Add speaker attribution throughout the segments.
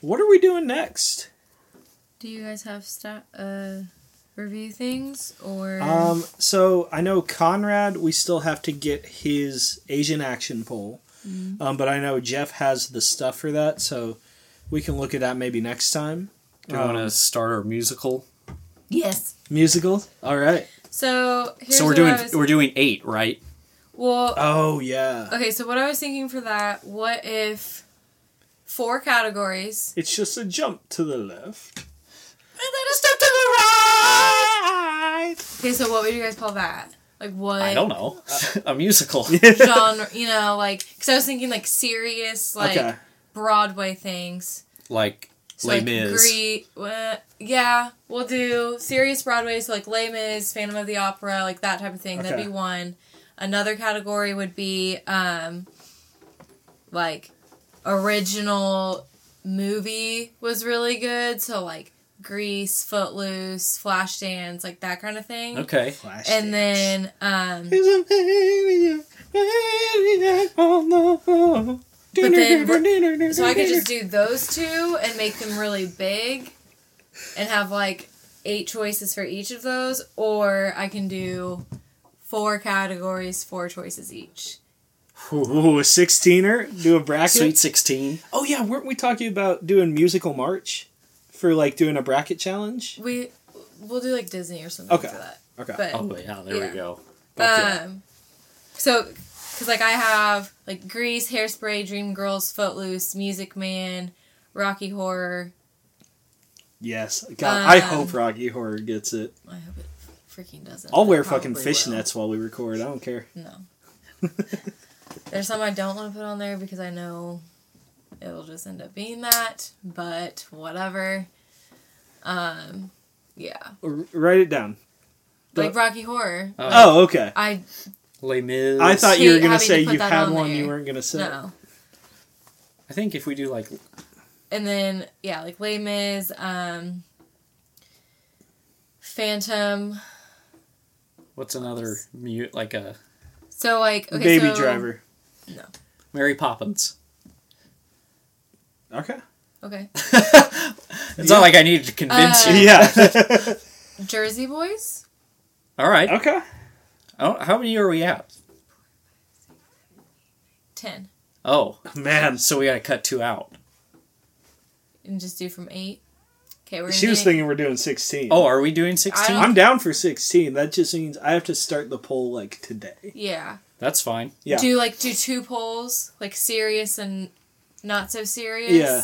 Speaker 1: What are we doing next?
Speaker 2: Do you guys have sta uh, review things or?
Speaker 1: Um, so I know Conrad, we still have to get his Asian action poll,
Speaker 2: Mm-hmm.
Speaker 1: um, but I know Jeff has the stuff for that, so we can look at that maybe next time.
Speaker 3: Do you want
Speaker 1: Um,
Speaker 3: to start our musical?
Speaker 2: yes.
Speaker 1: Musical? All right.
Speaker 2: So here's
Speaker 3: so we're
Speaker 2: what
Speaker 3: doing
Speaker 2: I was,
Speaker 3: we're doing eight, right?
Speaker 2: well.
Speaker 1: Oh yeah.
Speaker 2: Okay, so what I was thinking for that, what if four categories?
Speaker 1: It's just a jump to the left.
Speaker 2: Okay, so what would you guys call that? Like what
Speaker 3: I don't know. a musical.
Speaker 2: genre? You know, like because I was thinking like serious, like
Speaker 1: okay.
Speaker 2: Broadway things.
Speaker 3: Like
Speaker 2: So,
Speaker 3: Les
Speaker 2: like,
Speaker 3: Mis.
Speaker 2: Gre- well, yeah, we'll do serious Broadway, so like Les Mis, Phantom of the Opera, like that type of thing. That'd
Speaker 1: Okay.
Speaker 2: be one. Another category would be um, like original movie was really good, so like Grease, Footloose, Flashdance, like that kind of thing.
Speaker 3: Okay.
Speaker 2: And then um,
Speaker 1: But
Speaker 2: then- so I could just do those two and make them really big and have like eight choices for each of those, or I can do four categories, four choices each.
Speaker 1: Ooh, a sixteener. Do a bracket.
Speaker 3: Sweet sixteen.
Speaker 1: Oh yeah, weren't we talking about doing musical march for like doing a bracket challenge?
Speaker 2: We we'll do like Disney or something
Speaker 1: Okay.
Speaker 2: for that.
Speaker 1: Okay.
Speaker 2: But
Speaker 3: Oh yeah, there
Speaker 2: Yeah.
Speaker 3: we go.
Speaker 1: yeah.
Speaker 2: um so cuz like I have like Grease, Hairspray, Dreamgirls, Footloose, Music Man, Rocky Horror.
Speaker 1: yes. God, I
Speaker 2: um,
Speaker 1: hope Rocky Horror gets it.
Speaker 2: I hope it freaking doesn't.
Speaker 1: I'll
Speaker 2: It
Speaker 1: wear fucking
Speaker 2: probably will.
Speaker 1: fishnets while we record. I don't care.
Speaker 2: No. There's some I don't want to put on there because I know it'll just end up being that, but whatever. Um, yeah.
Speaker 1: R- Uh, write it down.
Speaker 2: like Rocky Horror.
Speaker 3: Uh,
Speaker 1: Oh, okay.
Speaker 2: I
Speaker 3: Les Mis.
Speaker 1: I thought you were
Speaker 2: hate
Speaker 1: gonna
Speaker 2: having
Speaker 1: say
Speaker 2: to put
Speaker 1: you
Speaker 2: that
Speaker 1: had
Speaker 2: on
Speaker 1: one you
Speaker 2: there.
Speaker 1: weren't gonna say.
Speaker 2: no.
Speaker 3: I think if we do like
Speaker 2: And then yeah, like Les Mis, um Phantom.
Speaker 3: what's another mute like uh, a
Speaker 2: So like okay,
Speaker 1: Baby
Speaker 2: so-
Speaker 1: Driver.
Speaker 3: Mary Poppins.
Speaker 1: Okay.
Speaker 2: Okay.
Speaker 3: It's not like I needed to convince
Speaker 2: Uh,
Speaker 3: you.
Speaker 1: Yeah.
Speaker 2: Jersey Boys?
Speaker 3: All right.
Speaker 1: Uh, okay.
Speaker 3: Oh, how many are we at?
Speaker 2: 10.
Speaker 3: Oh,
Speaker 1: Man,
Speaker 3: so we got to cut two out.
Speaker 2: And just do from 8. Okay, we're gonna
Speaker 1: she was
Speaker 2: do-
Speaker 1: thinking we're doing sixteen.
Speaker 3: Oh, are we doing
Speaker 2: I don't-
Speaker 3: sixteen?
Speaker 1: I'm down for sixteen. That just means I have to start the poll like today.
Speaker 2: Yeah.
Speaker 3: That's fine.
Speaker 1: Yeah.
Speaker 2: do like do two polls like serious and not so serious
Speaker 1: Yeah.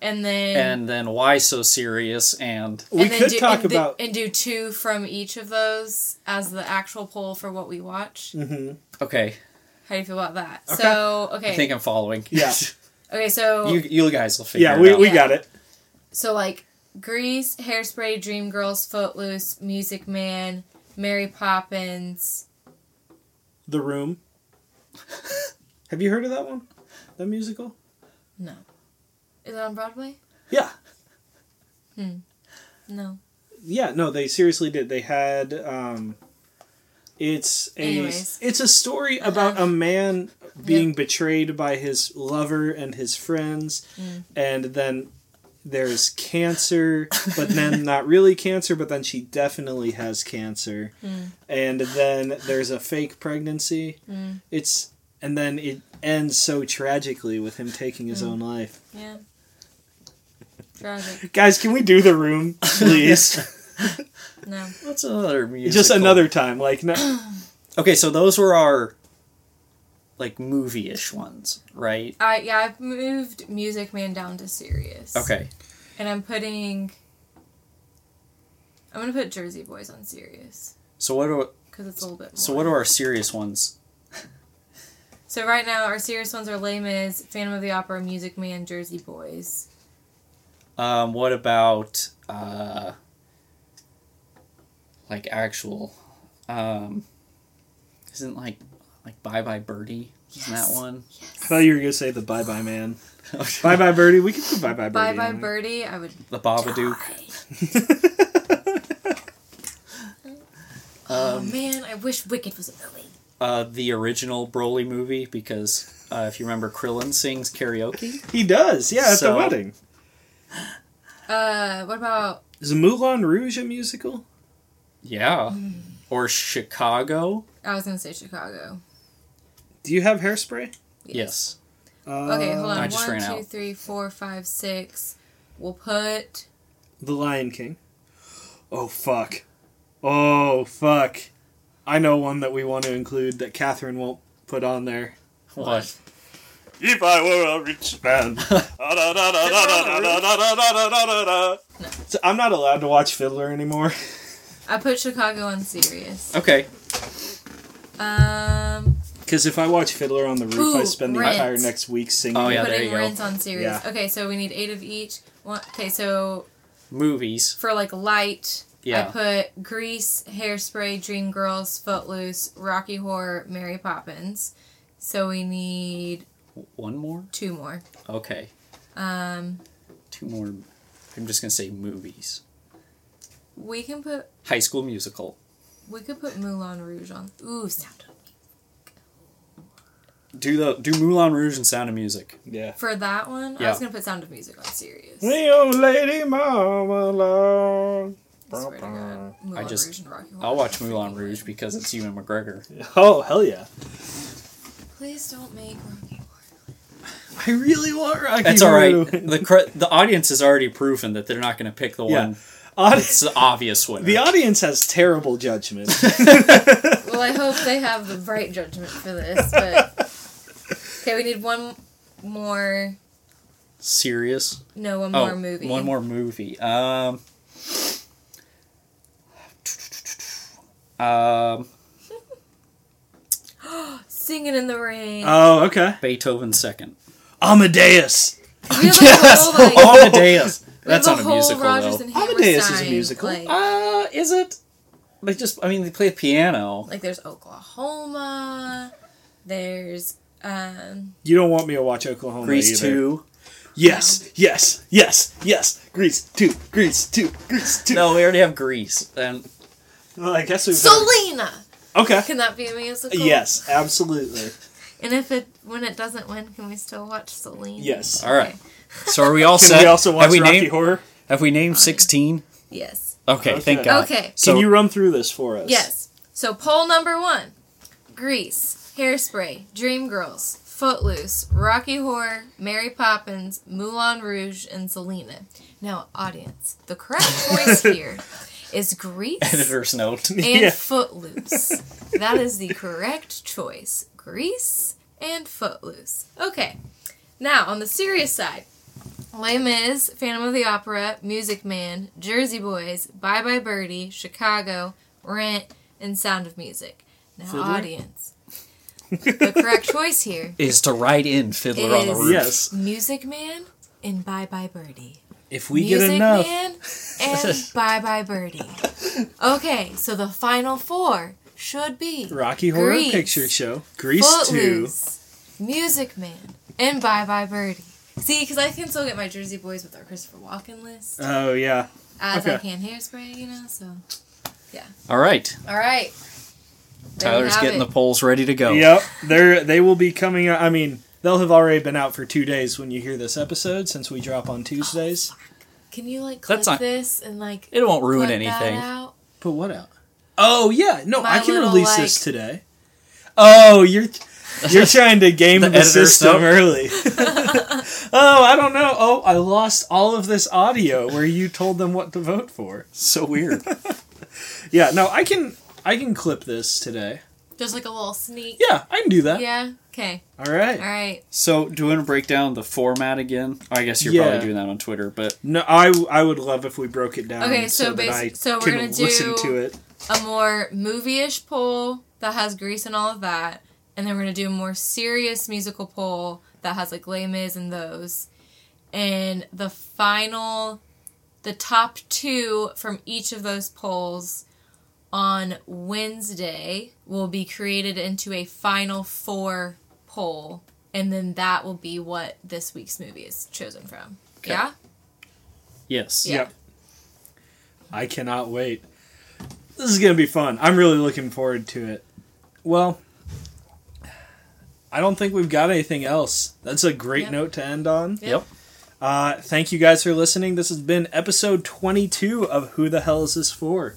Speaker 2: and then
Speaker 3: And then why so serious? And
Speaker 2: and
Speaker 1: we
Speaker 2: then
Speaker 1: could
Speaker 2: do,
Speaker 1: talk
Speaker 2: and the-
Speaker 1: about
Speaker 2: and do two from each of those as the actual poll for what we watch
Speaker 1: Mhm.
Speaker 3: okay,
Speaker 2: how do you feel about that so okay
Speaker 3: I think I'm following.
Speaker 1: Yeah.
Speaker 2: okay so
Speaker 3: you you guys will figure.
Speaker 1: Yeah,
Speaker 3: it
Speaker 1: we,
Speaker 3: out.
Speaker 1: we
Speaker 2: Yeah.
Speaker 1: got it.
Speaker 2: so like grease hairspray dreamgirls footloose music man mary poppins
Speaker 1: The Room. Have you heard of that one? That musical?
Speaker 2: no is it on broadway
Speaker 1: Yeah.
Speaker 2: no
Speaker 1: Yeah, no, they seriously did. They had um it's a
Speaker 2: Anyways.
Speaker 1: it's a story about a man being betrayed by his lover and his friends and then there's cancer, but then not really cancer, but then she definitely has cancer. And then there's a fake pregnancy. It's and then it ends so tragically with him taking his own life.
Speaker 2: yeah tragic
Speaker 1: Guys, can we do the room, please?
Speaker 2: no
Speaker 3: What's another musical?
Speaker 1: Just another time, like no.
Speaker 3: Okay, so those were our like movie-ish ones, right?
Speaker 2: i yeah i've moved music man down to serious
Speaker 3: Okay.
Speaker 2: And I'm putting. I'm gonna put Jersey Boys on serious
Speaker 3: So what are
Speaker 2: because it's a little bit. More.
Speaker 3: so what are our serious ones?
Speaker 2: So right now our serious ones are Les Mis, Phantom of the Opera, Music Man, Jersey Boys.
Speaker 3: Um, what about uh, like actual? Um, isn't like like Bye Bye Birdie? Isn't
Speaker 2: Yes.
Speaker 3: that one?
Speaker 1: I thought you were gonna say the Bye Bye Man. Bye Bye Birdie. We could do Bye Bye Birdie.
Speaker 2: Bye bye
Speaker 1: on it.
Speaker 2: Birdie. I would.
Speaker 3: the Babadook.
Speaker 2: oh
Speaker 3: Um,
Speaker 2: man, I wish Wicked was a movie.
Speaker 3: Uh, the original Broly movie because uh, if you remember, Krillin sings karaoke.
Speaker 1: He does. Yeah, at the
Speaker 3: So-
Speaker 1: wedding.
Speaker 2: Uh, what about
Speaker 1: Is Moulin Rouge a musical?
Speaker 3: Yeah.
Speaker 2: Hmm.
Speaker 3: Or Chicago?
Speaker 2: I was gonna say Chicago.
Speaker 1: Do you have hairspray?
Speaker 3: Yes.
Speaker 1: Uh,
Speaker 2: Okay, hold
Speaker 3: I
Speaker 2: on.
Speaker 3: just
Speaker 2: One,
Speaker 3: ran
Speaker 2: two,
Speaker 3: out.
Speaker 2: three, four, five, six. We'll put
Speaker 1: The Lion King. Oh fuck. Oh fuck. I know one that we want to include that Catherine won't put on there.
Speaker 3: What?
Speaker 1: If I were a rich man. so I'm not allowed to watch Fiddler anymore.
Speaker 2: I put Chicago on serious.
Speaker 3: Okay.
Speaker 2: Um
Speaker 1: Because if I watch Fiddler on the Roof, I
Speaker 2: Ooh,
Speaker 1: spend the
Speaker 2: Rent.
Speaker 1: entire next week singing.
Speaker 3: Oh, yeah. there you
Speaker 2: putting
Speaker 3: go.
Speaker 2: rents on serious.
Speaker 1: Yeah.
Speaker 2: Okay, so we need eight of each. One, okay, so
Speaker 3: Movies.
Speaker 2: for like light,
Speaker 3: Yeah.
Speaker 2: I put Grease, Hairspray, Dreamgirls, Footloose, Rocky Horror, Mary Poppins. So we need
Speaker 3: One more?
Speaker 2: two more.
Speaker 3: Okay.
Speaker 2: Um
Speaker 3: Two more. I'm just going to say movies.
Speaker 2: we can put
Speaker 3: High School Musical.
Speaker 2: we could put Moulin Rouge on. Ooh, sound of
Speaker 3: Do the do Moulin Rouge and Sound of Music.
Speaker 1: Yeah.
Speaker 2: For that one, I
Speaker 3: Yeah.
Speaker 2: was gonna put Sound of Music on serious.
Speaker 1: The old lady mama long.
Speaker 2: I swear to God. Moulin
Speaker 3: just-
Speaker 2: Rouge and Rocky Horror.
Speaker 3: I'll watch Moulin Rouge because it's Ewan McGregor.
Speaker 1: Oh, hell yeah.
Speaker 2: Please don't make Rocky Horror.
Speaker 1: I really want Rocky
Speaker 3: That's all right.
Speaker 1: Horror to win.
Speaker 3: The cr- the audience has alady proven that they're not going to pick the
Speaker 1: Yeah.
Speaker 3: one
Speaker 1: Audi-
Speaker 3: that's the obvious winner.
Speaker 1: the audience has terrible judgment.
Speaker 2: Well, I hope they have the right judgment for this, but okay, we need one more.
Speaker 3: Serious.
Speaker 2: No, one
Speaker 3: Oh,
Speaker 2: more movie.
Speaker 3: One more movie. Um. Um,
Speaker 2: Singing in the Rain.
Speaker 1: oh, okay.
Speaker 3: Beethoven second.
Speaker 1: Amadeus.
Speaker 2: we have
Speaker 1: yes!
Speaker 2: a whole, like, we have
Speaker 3: Amadeus. That's
Speaker 2: a
Speaker 3: not a
Speaker 2: whole
Speaker 3: musical
Speaker 2: Rogers
Speaker 3: though.
Speaker 2: and
Speaker 1: Amadeus is a
Speaker 2: Hammerstein,
Speaker 1: musical.
Speaker 2: Like,
Speaker 3: Uh, is it? They just. I mean, they play piano.
Speaker 2: like there's Oklahoma. There's um.
Speaker 1: You don't want me to watch Oklahoma
Speaker 3: Grease
Speaker 1: either.
Speaker 3: two.
Speaker 1: Yes, yes, yes, yes. Grease two. Grease two. Grease two.
Speaker 3: No, we already have Grease. And
Speaker 1: Well, I guess we've.
Speaker 2: Selena.
Speaker 1: okay.
Speaker 2: Can that be a musical?
Speaker 1: Yes, absolutely.
Speaker 2: And if it when it doesn't win, can we still watch Celine?
Speaker 1: Yes.
Speaker 3: all right. So are we all
Speaker 1: Can
Speaker 3: set?
Speaker 1: we also watch
Speaker 3: have we
Speaker 1: Rocky
Speaker 3: named?
Speaker 1: Horror?
Speaker 3: Have we named sixteen?
Speaker 2: Yes.
Speaker 3: Okay,
Speaker 1: Okay.
Speaker 3: Thank God.
Speaker 2: Okay.
Speaker 3: So
Speaker 1: Can you run through this for us?
Speaker 2: Yes. So poll number one: Grease, Hairspray, Dreamgirls, Footloose, Rocky Horror, Mary Poppins, Moulin Rouge, and Selena. Now, audience, the correct choice here is Grease
Speaker 3: editor's note.
Speaker 2: and
Speaker 1: Yeah.
Speaker 2: Footloose. That is the correct choice: Grease and Footloose. Okay. Now, on the serious side, Les Mis, Phantom of the Opera, Music Man, Jersey Boys, Bye Bye Birdie, Chicago, Rent, and Sound of Music. Now,
Speaker 1: Fiddler?
Speaker 2: audience, the correct choice here
Speaker 3: is to write in Fiddler on the
Speaker 2: Is-
Speaker 3: Roof.
Speaker 1: Yes.
Speaker 2: Music Man and Bye Bye Birdie.
Speaker 1: If we
Speaker 2: Music
Speaker 1: get enough.
Speaker 2: Man and Bye Bye Birdie. Okay, so the final four should be
Speaker 1: Rocky Horror
Speaker 2: Grease,
Speaker 1: Picture Show. Grease
Speaker 2: Footloose, Music Man, and Bye Bye Birdie. See, because I can still get my Jersey Boys with our Christopher Walken list.
Speaker 1: 2. Oh, yeah.
Speaker 2: as I
Speaker 1: Okay.
Speaker 2: can hairspray, you know. So,
Speaker 3: All right.
Speaker 2: all right. There you
Speaker 3: Tyler's
Speaker 2: have
Speaker 3: getting
Speaker 2: it.
Speaker 3: the polls ready to go.
Speaker 1: Yep, they're they will be coming. out I mean, they'll have already been out for two days when you hear this episode, since we drop on Tuesdays.
Speaker 2: Can you like clip
Speaker 3: That's not-
Speaker 2: this and like
Speaker 3: It won't ruin
Speaker 2: clip
Speaker 3: anything.
Speaker 2: That out?
Speaker 1: Put what out? Oh yeah, no,
Speaker 2: My
Speaker 1: I can
Speaker 2: little,
Speaker 1: release
Speaker 2: like-
Speaker 1: this today. Oh, you're you're trying to game
Speaker 3: The
Speaker 1: the,
Speaker 3: editor's
Speaker 1: system
Speaker 3: note.
Speaker 1: early. oh, I don't know. Oh, I lost all of this audio where you told them what to vote for.
Speaker 3: So weird.
Speaker 1: Yeah, no, I can I can clip this today.
Speaker 2: Just like a little sneak.
Speaker 1: Yeah, I can do that.
Speaker 2: Yeah. Okay.
Speaker 1: All right.
Speaker 2: All right.
Speaker 3: so, do you want to break down the format again? I guess you're
Speaker 1: Yeah.
Speaker 3: probably doing that on Twitter, but
Speaker 1: No, I I would love if we broke it down.
Speaker 2: Okay, so
Speaker 1: that I
Speaker 2: basi- so we're
Speaker 1: can
Speaker 2: gonna
Speaker 1: listen
Speaker 2: do-
Speaker 1: to it.
Speaker 2: A more movie-ish poll that has grease and all of that, and then we're gonna do a more serious musical poll that has like Les Mis and those, and the final, the top two from each of those polls. on Wednesday will be created into a final four poll, and then that will be what this week's movie is chosen from.
Speaker 3: Okay.
Speaker 2: Yeah?
Speaker 3: yes.
Speaker 2: Yeah.
Speaker 1: Yep. I cannot wait. This is going to be fun. I'm really looking forward to it. Well, I don't think we've got anything else. That's a great
Speaker 2: Yep.
Speaker 1: note to end on.
Speaker 3: Yep.
Speaker 1: Uh, thank you guys for listening. This has been episode 22 of Who the Hell Is This For?